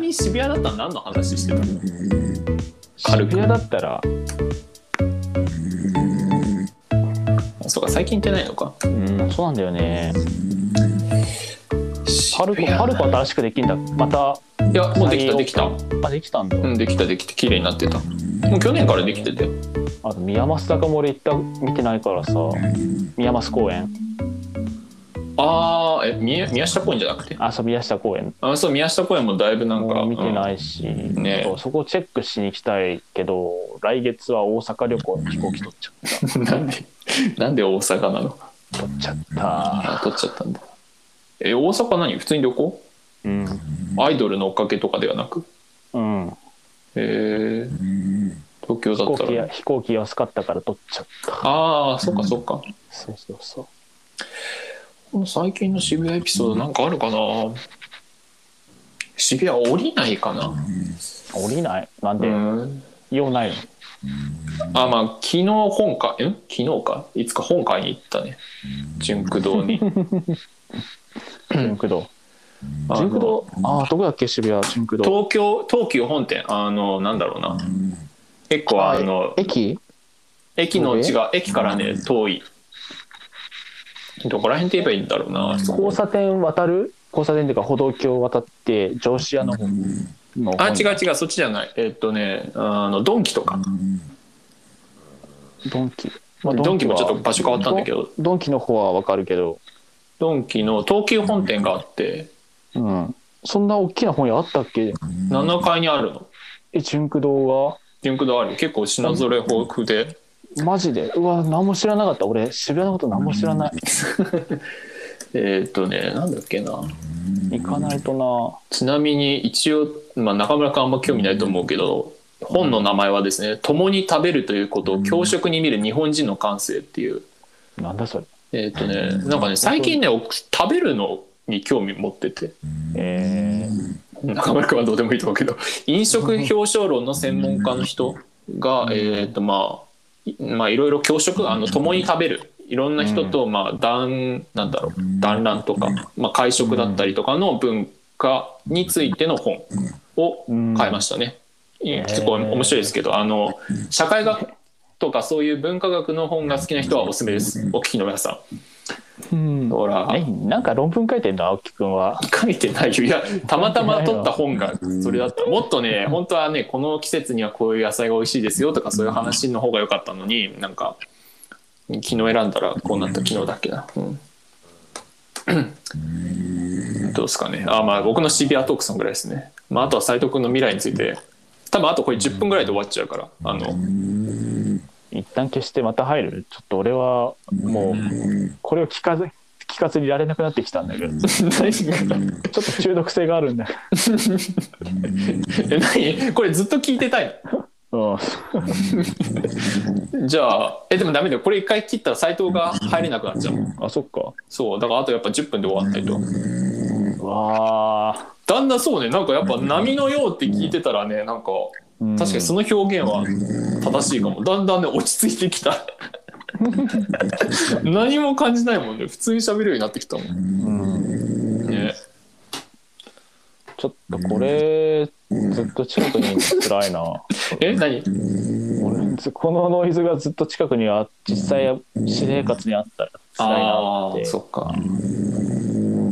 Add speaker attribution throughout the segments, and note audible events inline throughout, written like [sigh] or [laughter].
Speaker 1: に渋谷だったら何の話してたの軽
Speaker 2: 渋
Speaker 1: く
Speaker 2: 谷だったら、
Speaker 1: そうか最近行ってないのか
Speaker 2: うん、そうなんだよね。パルコ、
Speaker 1: 渋谷
Speaker 2: パルコ新しくできんだ。また、
Speaker 1: いやもうできたできた
Speaker 2: あ、できたんだ。
Speaker 1: うんできたできた綺麗になってたもう去年からできてたよ
Speaker 2: あと、宮益坂も俺行った、見てないからさ、宮益公園。
Speaker 1: ああえ宮宮下公園じゃなくて
Speaker 2: あ、そう、宮下公園。
Speaker 1: あそう宮下公園もだいぶなんか
Speaker 2: もう見て
Speaker 1: い、
Speaker 2: ないし、
Speaker 1: ね
Speaker 2: そうそこチェックしに行きたいけど、来月は大阪旅行の飛行機取っちゃっ
Speaker 1: うん [laughs] なんでなんで大阪なの
Speaker 2: た。取っちゃった。
Speaker 1: あ取っちゃったんだえ大阪何普通に旅行
Speaker 2: うん。
Speaker 1: アイドルの追っかけとかではなく
Speaker 2: うん。
Speaker 1: へえ東京
Speaker 2: 飛
Speaker 1: だ
Speaker 2: 行
Speaker 1: った
Speaker 2: 機
Speaker 1: ら
Speaker 2: や、飛行機安かったから取っちゃった。
Speaker 1: ああそっかそっか
Speaker 2: そうそうそう。
Speaker 1: この最近の渋谷エピソードなんかあるかな渋谷降りないかな
Speaker 2: 降りないなん
Speaker 1: う
Speaker 2: で、
Speaker 1: ん
Speaker 2: 用
Speaker 1: [clears throat]
Speaker 2: ないの
Speaker 1: あまあ昨日本館ん昨日かいつか本館に行ったね純駆堂に
Speaker 2: 純駆動
Speaker 1: あの
Speaker 2: 純駆動ああどこだっけ渋谷純駆動
Speaker 1: 東京東急本店あのなんだろうな結構あの
Speaker 2: 駅
Speaker 1: 駅の
Speaker 2: 上
Speaker 1: 違う駅からね遠いどこら辺って言えばいいんだろうな
Speaker 2: 交差点渡る交差点っていうか歩道橋渡って上司屋の方の
Speaker 1: あ違う違うそっちじゃないえっとねあのドンキとか
Speaker 2: うドンキ、まあ
Speaker 1: ドンキもちょっと
Speaker 2: は
Speaker 1: 場所変わったんだけど
Speaker 2: ドンキの方はわかるけど
Speaker 1: ドンキの東急本店があって
Speaker 2: うんそんな大きな本屋あったっけ
Speaker 1: 7階にあるの
Speaker 2: え純駆動
Speaker 1: ピンクドある結構品ぞれ豊富で
Speaker 2: がマジでうわ何も知らなかった俺渋谷のこと何も知らない
Speaker 1: えっとねなんだっけな
Speaker 2: 行かないと
Speaker 1: ちなみに一応、まあ、中村君あんま興味ないと思うけど本の名前はですね「共に食べるということを教食に見る日本人の感性」っていう
Speaker 2: ななんだそれ
Speaker 1: えっ、とねなんかね最近ねお食べるのに興味持ってて
Speaker 2: えー、
Speaker 1: 中村君はどうでもいいと思うけど飲食表彰論の専門家の人がえっ、とまあいまあいろいろ教食あの共に食べるいろんな人とまあ団なんだろう団らんとか、まあ、会食だったりとかの文化についての本を買いましたね。いや結構面白いですけどあの社会学とかそういう文化学の本が好きな人はおすすめですお聞きの皆さ
Speaker 2: うん
Speaker 1: ん。ほら
Speaker 2: えなんか論文書いてんの青木くんは
Speaker 1: 書いてないよいやたまたま取った本がそれだったもっとね本当はねこの季節にはこういう野菜が美味しいですよとかそういう話の方が良かったのになんか昨日選んだらこうなった昨日だっけな、うん、どうですかねあまあ僕のシビアトークさんぐらいですね、まあ、あとは斎藤君の未来について多分あとこれ10分ぐらいで終わっちゃうからあの [laughs]
Speaker 2: 一旦消してまた入るちょっと俺はもうこれを聞かず聞かずにいられなくなってきたんだけどちょ
Speaker 1: 何
Speaker 2: っと中毒性があるんだ
Speaker 1: え何これずっと聞いてたい
Speaker 2: うん
Speaker 1: のじゃあえでもダメだよこれ一回切ったら斎藤が入れなくなっちゃう
Speaker 2: あそっか
Speaker 1: そうだからあとやっぱ10分で終わんないと
Speaker 2: うわあ
Speaker 1: だんだんそうねなんかやっぱ波のようって聞いてたらねなんか確かにその表現は正しいかもだんだんね落ち着いてきた [laughs] 何も感じないもんね普通に喋るようになってきたもんね
Speaker 2: ちょっとこれずっと近くにいるの辛いな
Speaker 1: え何
Speaker 2: 俺ずこのノイズがずっと近くにあ実際私生活にあったら辛いな
Speaker 1: あ
Speaker 2: っ
Speaker 1: あー
Speaker 2: て
Speaker 1: そ
Speaker 2: こ
Speaker 1: っか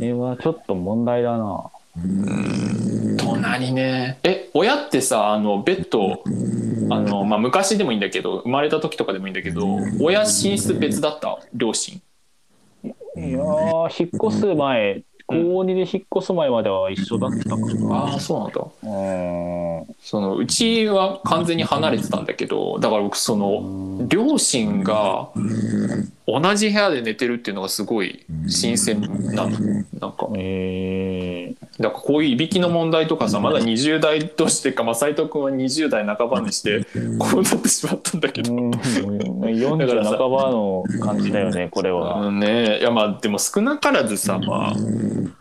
Speaker 2: れはちょっと問題だな
Speaker 1: 隣ねえ親ってさあのベッドあの、まあ、昔でもいいんだけど生まれた時とかでもいいんだけど親寝室別だった両親
Speaker 2: いやー引っ越す前高2で引っ越す前までは一緒だったから
Speaker 1: ああそうなんだ
Speaker 2: うん
Speaker 1: そのうちは完全に離れてたんだけどだから僕その両親が同じ部屋で寝てるっていうのがすごい新鮮なのなんか
Speaker 2: え
Speaker 1: だからこういういびきの問題とかさまだ20代としてか、まあ、斉藤君は20代半ばにしてこうなってしまったんだけ
Speaker 2: ー、
Speaker 1: ど。
Speaker 2: うん、
Speaker 1: だから
Speaker 2: 40
Speaker 1: さ
Speaker 2: 半ばの感じだよね、これ
Speaker 1: あ
Speaker 2: は。
Speaker 1: のね、いやまあでも少なからずさまあ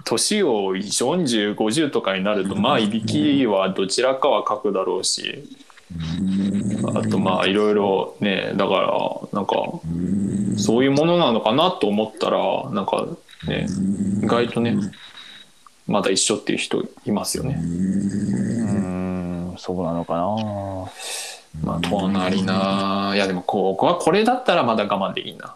Speaker 1: 年を4050とかになるとまあいびきはどちらかは書くだろうしあとまあいろいろねだからなんかそういうものなのかなと思ったらなんかね意外とねまだ一緒っていう人いますよね。
Speaker 2: そうなのかな
Speaker 1: まあ隣ないやでもここはこれだったらまだ我慢でいいな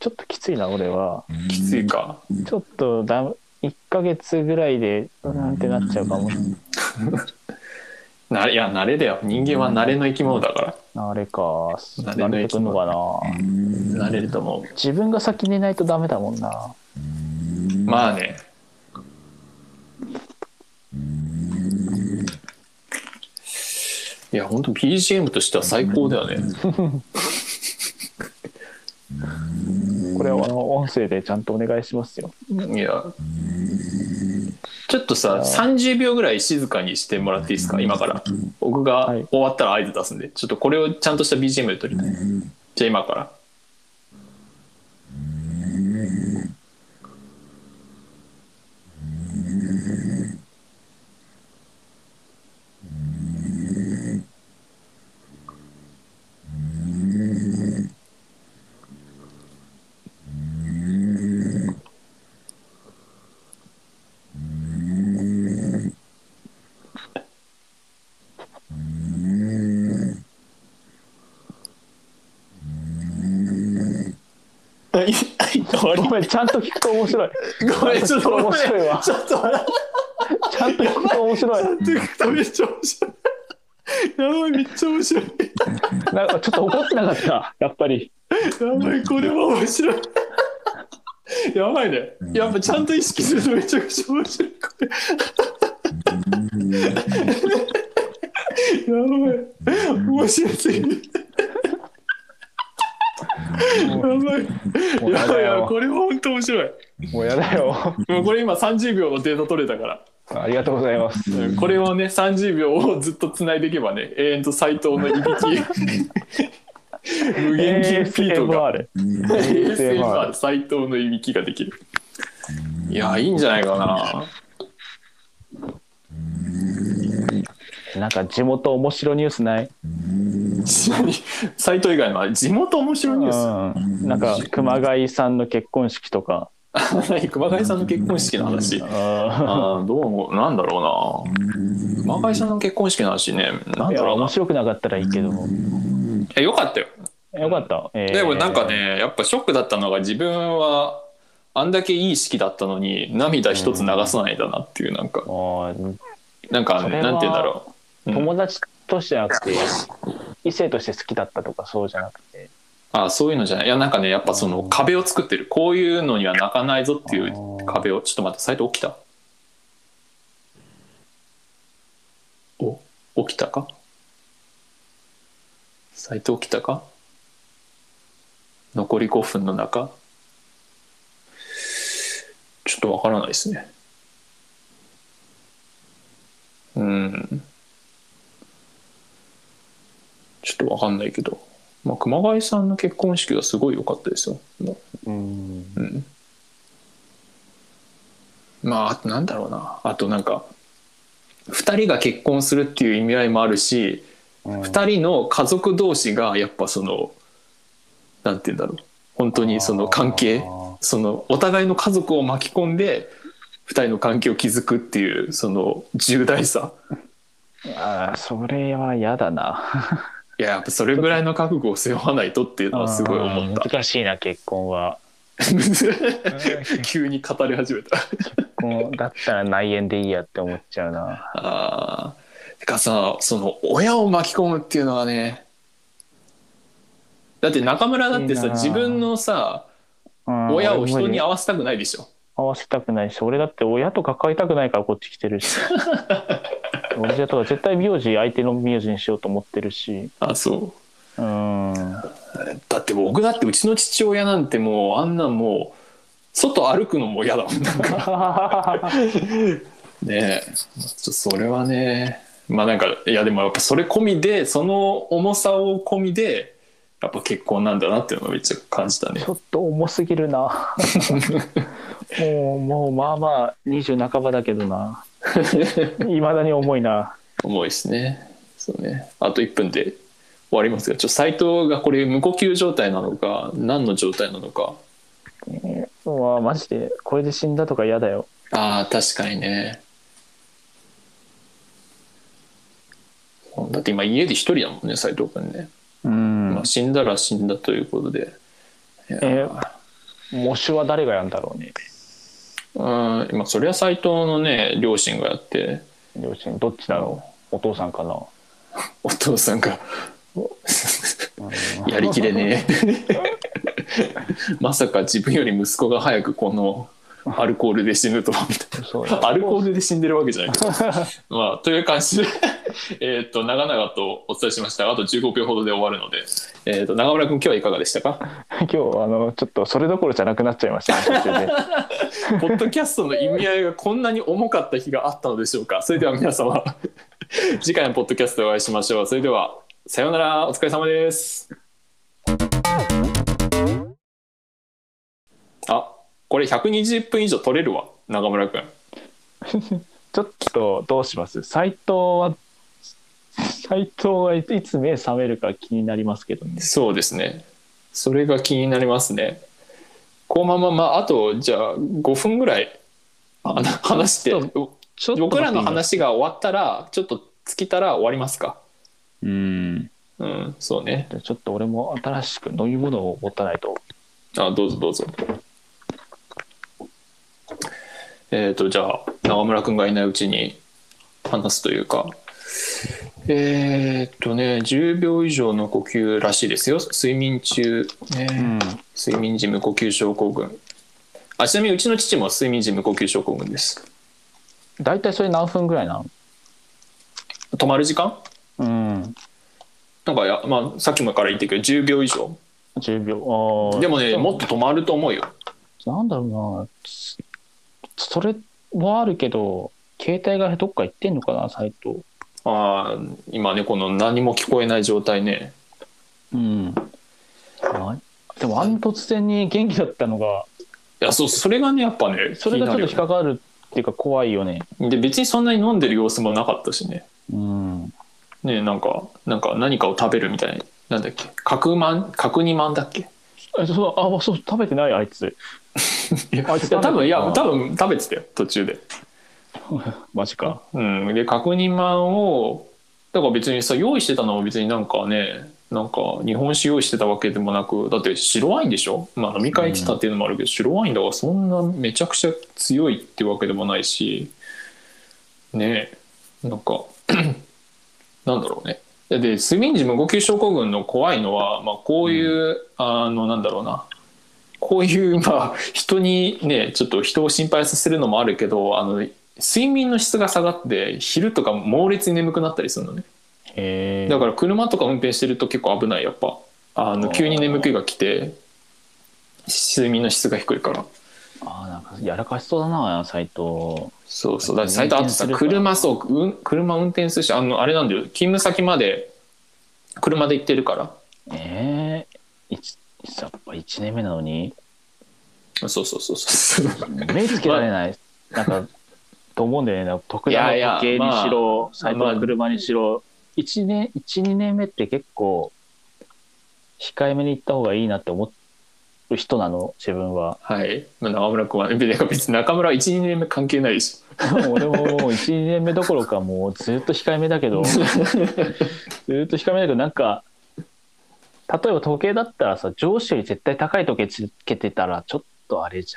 Speaker 2: ちょっときついな俺は
Speaker 1: きついか
Speaker 2: ちょっとだ1ヶ月ぐらいでなんてなっちゃうかも
Speaker 1: なれいや慣れだよ人間は慣れの生き物だから
Speaker 2: あれか
Speaker 1: 慣れの
Speaker 2: 慣
Speaker 1: 生
Speaker 2: れてく
Speaker 1: き
Speaker 2: ん
Speaker 1: 物
Speaker 2: のかな
Speaker 1: 慣れると思
Speaker 2: 自分が先寝ないとダメだもんな
Speaker 1: うまあねいや本当 BGM としては最高だよね
Speaker 2: これはあの音声でちゃんとお願いしますよ
Speaker 1: いやちょっとさ30秒ぐらい静かにしてもらっていいですか今から僕が
Speaker 2: はい
Speaker 1: 終わったら合図出すんでちょっとこれをちゃんとした BGM で撮りたいじゃあ今からはいはい終わり
Speaker 2: ごめんちゃんと聞くと面白い
Speaker 1: [laughs] ごめんちょっと
Speaker 2: 面白いわ
Speaker 1: ちょっと笑っ
Speaker 2: ちゃんと聞くと面白い
Speaker 1: てるとめっちゃ面白いやばいめっちゃ面白い
Speaker 2: なんかちょっと怒ってなかったやっぱり
Speaker 1: やばいこれは面白い [laughs] やばいねやっぱちゃんと意識するとめちゃくちゃ面白いこれやばい面白すぎるやばいやばいやばいこれ本当面白い
Speaker 2: もうやだよ
Speaker 1: もうこれ今30秒のデータ取れたから
Speaker 2: ありがとうございます
Speaker 1: うんこれをね30秒をずっと繋いでいけばね永遠と斎藤 [laughs] のいびき無限金ピートが
Speaker 2: ASMR
Speaker 1: ASMR 斎藤のいびきができるいやいいんじゃないかな
Speaker 2: なんか地元面白ニュースない
Speaker 1: ちなみに斎藤以外のは地元面白いニュー
Speaker 2: うんなんか熊谷さんの結婚式とか
Speaker 1: ス何熊谷さんの結婚式の話
Speaker 2: あ
Speaker 1: あーどうもなんだろうな熊谷さんの結婚式の話ねなん
Speaker 2: ーい
Speaker 1: だ
Speaker 2: や
Speaker 1: ろう
Speaker 2: 面
Speaker 1: な
Speaker 2: 白くなかったらいいけど
Speaker 1: えよかったよ
Speaker 2: よかった、えー
Speaker 1: でもなんかねやっぱショックだったのが自分はあんだけいい式だったのに涙一つ流さないだなっていうなんか、
Speaker 2: もう
Speaker 1: なんか
Speaker 2: それは
Speaker 1: なんて言うんだろう、うん
Speaker 2: 友達としてじゃなくて異性として好きだったとかそうじゃなくて
Speaker 1: あそういうのじゃないいやなんかねやっぱその壁を作ってるこういうのには泣かないぞっていう壁をちょっと待って斎藤起きたお起きたか斎藤起きたか残り5分の中ちょっとわからないですねうんちょっとわかんないけどまあ、熊谷さんの結婚式がすごい良かったですよ。も
Speaker 2: うん
Speaker 1: ううん、まああとなんだろうなあとなんか2人が結婚するっていう意味合いもあるし
Speaker 2: うん
Speaker 1: 2人の家族同士がやっぱそのなんて言うんだろう本当にその関係
Speaker 2: あ
Speaker 1: そのお互いの家族を巻き込んで2人の関係を築くっていうその重大さ
Speaker 2: ーそれは嫌だない
Speaker 1: ややっぱそれぐらいの覚悟を背負わないとっていうのはすごい思った
Speaker 2: あー。難しいな結婚は
Speaker 1: [laughs] 急に語り始めた
Speaker 2: こうだったら内縁でいいやって思っちゃうな
Speaker 1: あーてかさその親を巻き込むっていうのはねだって中村だって
Speaker 2: い
Speaker 1: さ
Speaker 2: いな
Speaker 1: 自分のさ
Speaker 2: うん
Speaker 1: 親を人
Speaker 2: 俺無
Speaker 1: に
Speaker 2: 理
Speaker 1: 合わせたくないでしょ
Speaker 2: 合わせたくないし俺だって親と抱えたくないからこっち来てるし俺じゃとか絶対名字相手の名字にしようと思ってるし
Speaker 1: あそう
Speaker 2: ーん
Speaker 1: だって僕だってうちの父親なんてもうあんなもう外歩くのも嫌だもん
Speaker 2: [laughs]
Speaker 1: なんかねえちょそれはねまあなんかいやでもやっぱそれ込みでその重さを込みでやっぱ結婚なんだなっていうのをめっちゃ感じたね
Speaker 2: [laughs] ちょっと重すぎるなもうもうまあまあ20半ばだけどないまだに重いな
Speaker 1: 重いですね。そうね。あと1分で終わりますが、ちょっと斎藤がこれ無呼吸状態なのか、何の状態なのか。
Speaker 2: うわマジでこれで死んだとか嫌だよ
Speaker 1: ああ、確かにね。うんだって今家で一人だもんね斉藤君ね、
Speaker 2: うん
Speaker 1: まあ、死んだら死んだということでいや
Speaker 2: え喪主は誰がやるんだろうね
Speaker 1: うん今そりゃ斎藤のね両親がやって
Speaker 2: 両親どっちだろうお父さんかな
Speaker 1: お父さんが [laughs] やりきれねえ [laughs] まさか自分より息子が早くこのアルコールで死ぬとはみたいな。
Speaker 2: そう
Speaker 1: アルコールで死んでるわけ [laughs] じゃないけどまあという感じでえーっと長々とお伝えしましたあと15秒ほどで終わるので、えーっと長村君今日はいかがでしたか
Speaker 2: [laughs] 今日あのちょっとそれどころじゃなくなっちゃいましたね途中で [laughs]
Speaker 1: ポッドキャストの意味合いがこんなに重かった日があったのでしょうかそれでは皆
Speaker 2: [laughs]
Speaker 1: 様次回のポッドキャストでお会いしましょうそれではさようならお疲れ様ですあこれ120分以上取れるわ長村君
Speaker 2: ちょっとどうします斎藤は斎藤はいつ目覚めるか気になりますけどね
Speaker 1: そうですね。それが気になりますね。このまま、まあ、あと、じゃあ、5分ぐらい、あの話して
Speaker 2: ちょっ、ちょっと
Speaker 1: 僕らの話が終わったら、ちょっと尽きたら終わりますか。
Speaker 2: うん
Speaker 1: うん、そうね。
Speaker 2: じゃあちょっと俺も新しく飲み物を持たないと
Speaker 1: あ、どうぞどうぞ。えっ、と、じゃあ、長村くんがいないうちに話すというか。えっ、とね、10秒以上の呼吸らしいですよ。睡眠中。ね
Speaker 2: うん
Speaker 1: 睡眠時無呼吸症候群あちなみにうちの父も睡眠時無呼吸症候群です
Speaker 2: 大体それ何分ぐらいな
Speaker 1: 止まる時間
Speaker 2: のうん
Speaker 1: なんかや、まあ、さっきもから言ってるけど10秒以上
Speaker 2: 10秒あー
Speaker 1: でもねもっと止まると思うよ
Speaker 2: なんだろうなつそれもあるけど携帯がどっか行ってんのかな斎藤
Speaker 1: あー今ねこの何も聞こえない状態ね
Speaker 2: うんなでもあんな突然に元気だったのが
Speaker 1: いやそうそれがねやっぱね
Speaker 2: それがちょっと引っ
Speaker 1: 気にな
Speaker 2: かかるっていうか怖いよね
Speaker 1: るよねで別にそんなに飲んでる様子もなかったしね
Speaker 2: うん
Speaker 1: ねなんかなんか何かを食べるみたいなんだっけ角マン角煮まんだっけ
Speaker 2: えそうあそう食べてないあいつ
Speaker 1: いや
Speaker 2: あいつ食べて
Speaker 1: 多
Speaker 2: た
Speaker 1: 分いや
Speaker 2: な
Speaker 1: 多分食べてたよ途中で
Speaker 2: マジか
Speaker 1: うん、で確認マンをだから別にさ用意してたのは別になんかねなんか日本酒用意してたわけでもなくだって白ワインでしょ、まあ、飲み会行ってたっていうのもあるけど、白ワインだからそんなめちゃくちゃ強いってわけでもないしねえなんか [clears throat] なんだろうねでで睡眠時無呼吸症候群の怖いのは、まあ、こういう、あのなんだろうなこういう、まあ、人にね、ちょっと人を心配させるのもあるけど、あの、睡眠の質が下がって、昼とか猛烈に眠くなったりするのね。
Speaker 2: へえ
Speaker 1: だから車とか運転してると結構危ない、やっぱ。あの、
Speaker 2: あー
Speaker 1: 急に眠気が来て、睡眠の質が低いから。
Speaker 2: あーなんかやらかしそうだな斎藤
Speaker 1: そうそう。
Speaker 2: あ
Speaker 1: だって斉藤、あ
Speaker 2: 運
Speaker 1: と
Speaker 2: 転す
Speaker 1: さ、
Speaker 2: るから
Speaker 1: 車、そう、うん車運転するし、あの、あれなんだよ、勤務先まで車で行ってるから。
Speaker 2: ええやっぱ1年目なのに
Speaker 1: そうそうそうそう。
Speaker 2: [laughs] 目つけられ
Speaker 1: [laughs]
Speaker 2: ない、なんかと思うんだよねなんか特段の
Speaker 1: いやいや
Speaker 2: 時計にしろ
Speaker 1: まあ
Speaker 2: 最後の車にしろ、一年12年目って結構控えめに行った方がいいなって思う人なの自分は
Speaker 1: はい。まあ中村君は、別に中村は1、2年目関係ないでしょ。
Speaker 2: 俺ももう12年目どころかもうずっと控えめだけどずっと控えめだけどなんか例えば時計だったらさ上司より絶対高い時計つけてたらちょっとあれじ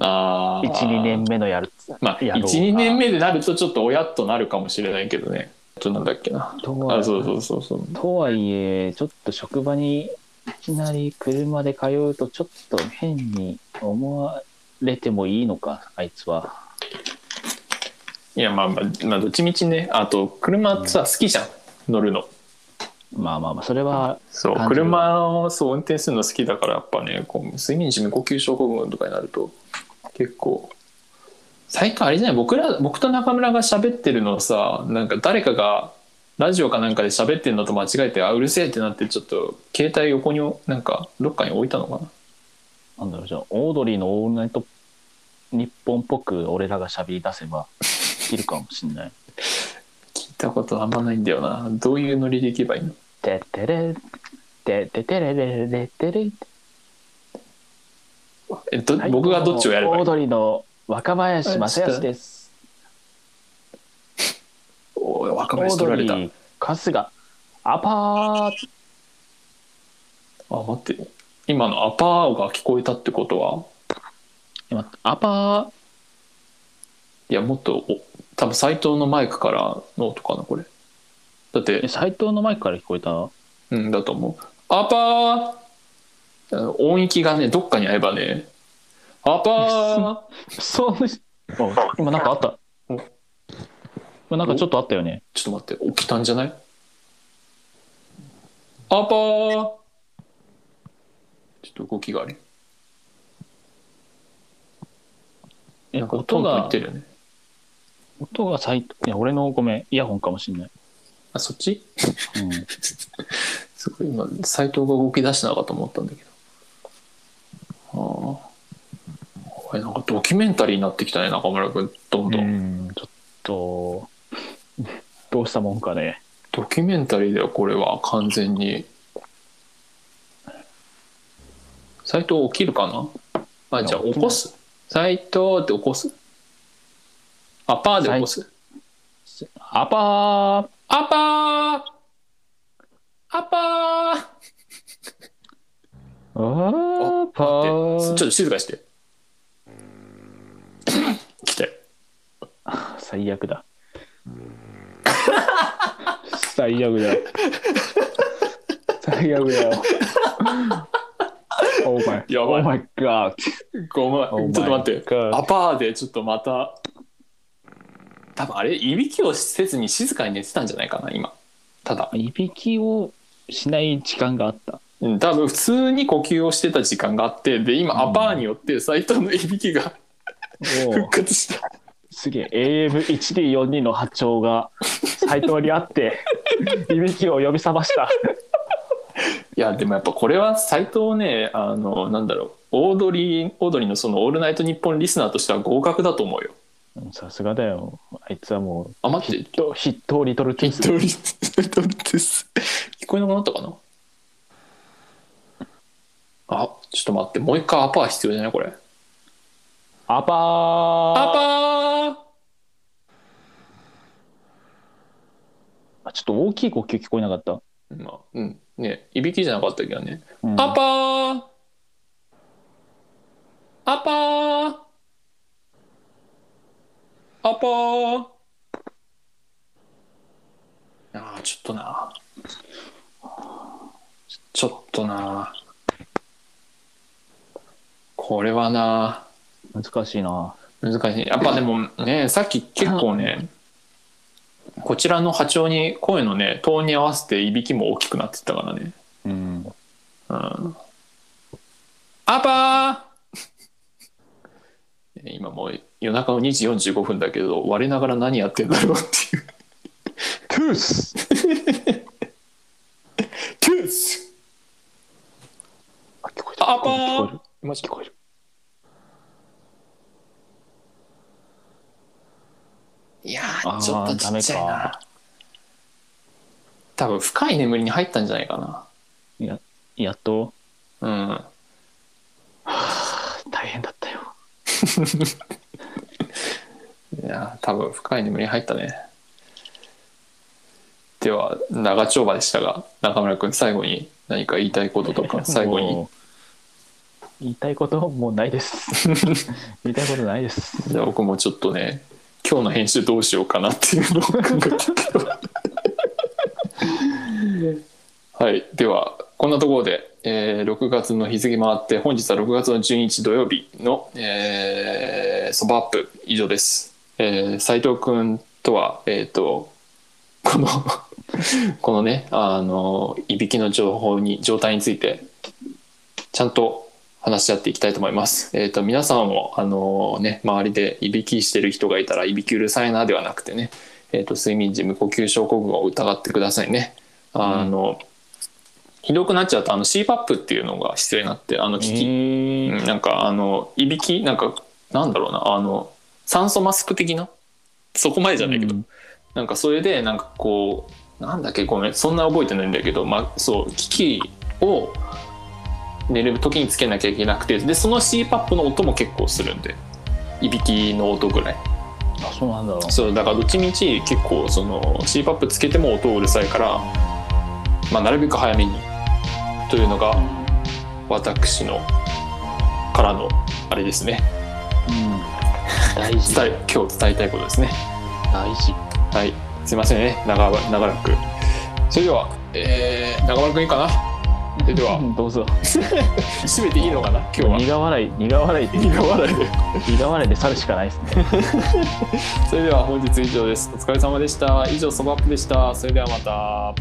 Speaker 1: あ
Speaker 2: ゃん
Speaker 1: ー
Speaker 2: 12年目のやる
Speaker 1: まあ
Speaker 2: やろうな
Speaker 1: 12年目でなるとちょっと親となるかもしれないけどねあとなんだっけな
Speaker 2: とは
Speaker 1: あそうそうそうそう
Speaker 2: とはいえちょっと職場にいきなり車で通うとちょっと変に思われてもいいのかあいつはい
Speaker 1: やまあまあ、まあ、どっちみちねあと車さ好きじゃん乗るの
Speaker 2: まあまあまあそれは
Speaker 1: そう
Speaker 2: 感じる
Speaker 1: 車をそう運転するの好きだからやっぱねこう睡眠時無呼吸症候群とかになると結構最近あれじゃない僕ら僕と中村が喋ってるのをさなんか誰かがラジオかなんかで喋ってるのと間違えてあうるせえってなってちょっと携帯横になんかどっかに置いたのかな
Speaker 2: なんだろうじゃあオードリーの「オールナイト日本っぽく俺らが喋り出
Speaker 1: [laughs]
Speaker 2: せばできるかもしんない。
Speaker 1: 聞いたことあんまないんだよなどういうノリでいけばいいの
Speaker 2: てってれてっててれれれてれ
Speaker 1: えど僕がどっちをやればい
Speaker 2: オ
Speaker 1: いの
Speaker 2: ードリーの若林正義です。
Speaker 1: おい若
Speaker 2: オー
Speaker 1: 林
Speaker 2: ド
Speaker 1: 取ら
Speaker 2: リ
Speaker 1: れた
Speaker 2: ー春日アパー
Speaker 1: あ待って今の「アパー」が聞こえたってことは
Speaker 2: 今アパー
Speaker 1: いやもっとお多分斎藤のマイクからの音かなこれだって
Speaker 2: え斎藤のマイクから聞こえた
Speaker 1: うんだと思う。アパーあの音域がね、どっかに合えばね、アパー
Speaker 2: そう
Speaker 1: [laughs]
Speaker 2: あ今なんかあった
Speaker 1: お
Speaker 2: 今なんかちょっとあったよね
Speaker 1: ちょっと待って、起きたんじゃないアパーちょっと動きがある。
Speaker 2: え
Speaker 1: なんか
Speaker 2: 音
Speaker 1: 音が言
Speaker 2: が
Speaker 1: ってるよね。
Speaker 2: 音が斎藤いや俺のごめんイヤホンかもしんない、
Speaker 1: あ、そっち
Speaker 2: うん、
Speaker 1: すごい、今、斎藤が動き出したのかと思ったんだけど。ああ。これなんかドキュメンタリーになってきたね、中村君。どんどん。
Speaker 2: うんちょっとどうしたもんかね
Speaker 1: ドキュメンタリーだよこれは完全に斎藤起きるかなあじゃあ起こす斎藤って起こすアパーで起こす
Speaker 2: アパー
Speaker 1: アパーアパー
Speaker 2: アパ
Speaker 1: でちょっ
Speaker 2: ー
Speaker 1: と静かに [laughs] して来たよ
Speaker 2: 最悪だ最悪だ最悪だよ Oh my
Speaker 1: やばい
Speaker 2: Oh my
Speaker 1: [laughs]
Speaker 2: god
Speaker 1: ごめ
Speaker 2: Oh my
Speaker 1: んちょっと待って
Speaker 2: God
Speaker 1: アパーでちょっとまた多分あれいびきをせずに静かに寝てたんじゃないかな今ただ
Speaker 2: いびきをしない時間があった
Speaker 1: うん、多分普通に呼吸をしてた時間があってで今
Speaker 2: うん
Speaker 1: アパーによって斎藤のいびきが
Speaker 2: お
Speaker 1: 復
Speaker 2: ー
Speaker 1: 活した
Speaker 2: すげえ AM1D42 の波長が斎藤にあっていびきを呼び覚ました
Speaker 1: いやでもやっぱこれは斎藤ねあのなんだろうオードリーオードリーのその「オールナイトニッポン」リスナーとしては合格だと思うよ
Speaker 2: うんさすがだよあいつはも
Speaker 1: あ待って
Speaker 2: う筆頭リトルトゥー
Speaker 1: 一
Speaker 2: ス
Speaker 1: 人です聞こえなくなったかなあちょっと待ってもう一回アパー必要じゃないこれ
Speaker 2: アパー
Speaker 1: アパー
Speaker 2: あちょっと大きい呼吸聞こえなかった、
Speaker 1: まあうんねいびきじゃなかったけどね
Speaker 2: うん
Speaker 1: アパーアパーアパーああちょっとなちょっとなこれはな
Speaker 2: 難しいな
Speaker 1: 難しいやっぱでもねさっき結構ねこちらの波長に声のねトーンに合わせていびきも大きくなってったからね
Speaker 2: うん
Speaker 1: うんアパー今もう夜中の2時45分だけど我ながら何やってんだろうっていう
Speaker 2: トゥース
Speaker 1: トゥース
Speaker 2: あ聞こえた
Speaker 1: アパー
Speaker 2: 聞こ
Speaker 1: マジ
Speaker 2: える聞こえる
Speaker 1: いや
Speaker 2: あ
Speaker 1: ー
Speaker 2: ー
Speaker 1: ちょっとちっちゃい
Speaker 2: ダメ
Speaker 1: な
Speaker 2: か
Speaker 1: 多分深い眠りに入ったんじゃないか
Speaker 2: やっと
Speaker 1: なうん
Speaker 2: 大変だったよ
Speaker 1: いやー多分深い眠りに入ったねでは長丁場でしたが中村君最後に何か言いたいこととか [laughs] 最
Speaker 2: [laughs]
Speaker 1: 後に
Speaker 2: もう言いたいこともうないです
Speaker 1: [laughs]
Speaker 2: 言いたいことないです
Speaker 1: じゃあ僕もちょっとね今日の編集どうしようかなっていうのを考えたけどはいではこんなところで、えー6月の日付回って本日は6月の12日土曜日のえーそば、アップ以上です、えー、斉藤君とはえっ、とこの [laughs] このねあのいびきの情報に状態についてちゃんと話し合っていきたいと思います。えっ、と、皆さんも、あのね、周りでいびきしてる人がいたら、いびきうるさいなではなくてね、えっ、と、睡眠時無呼吸症候群を疑ってくださいね。あの、ひどくなっちゃうと、あの、CPAP っていうのが必要になって、あの、聞き、
Speaker 2: え
Speaker 1: うんなんか、あの、いびき、なんか、なんだろうな、あの、酸素マスク的なそこまでじゃないけど、なんかそれでなんかこうなんだっけごめんそんな覚えてないんだけど、まあ、そう機器を寝る時につけなきゃいけなくてでその CPAP の音も結構するんでいびきの音ぐらい
Speaker 2: あそうなんだろう
Speaker 1: そうだからどっちみち結構その CPAP つけても音うるさいから、まあ、なるべく早めにというのが私のからのあれですね
Speaker 2: うん
Speaker 3: 大事
Speaker 1: 伝え今日伝えたいことですね
Speaker 3: 大事
Speaker 1: はいすいませんね長々長らくそれでは、えー、中丸くんいいかなそれでは
Speaker 2: うんどうぞ
Speaker 1: 締めていいのかな今日は
Speaker 2: 苦笑い苦笑いで
Speaker 1: 苦 [laughs] 笑いで
Speaker 2: 苦笑いで去るしかないですね
Speaker 1: それでは本日以上ですお疲れ様でした以上ソバップでしたそれではまた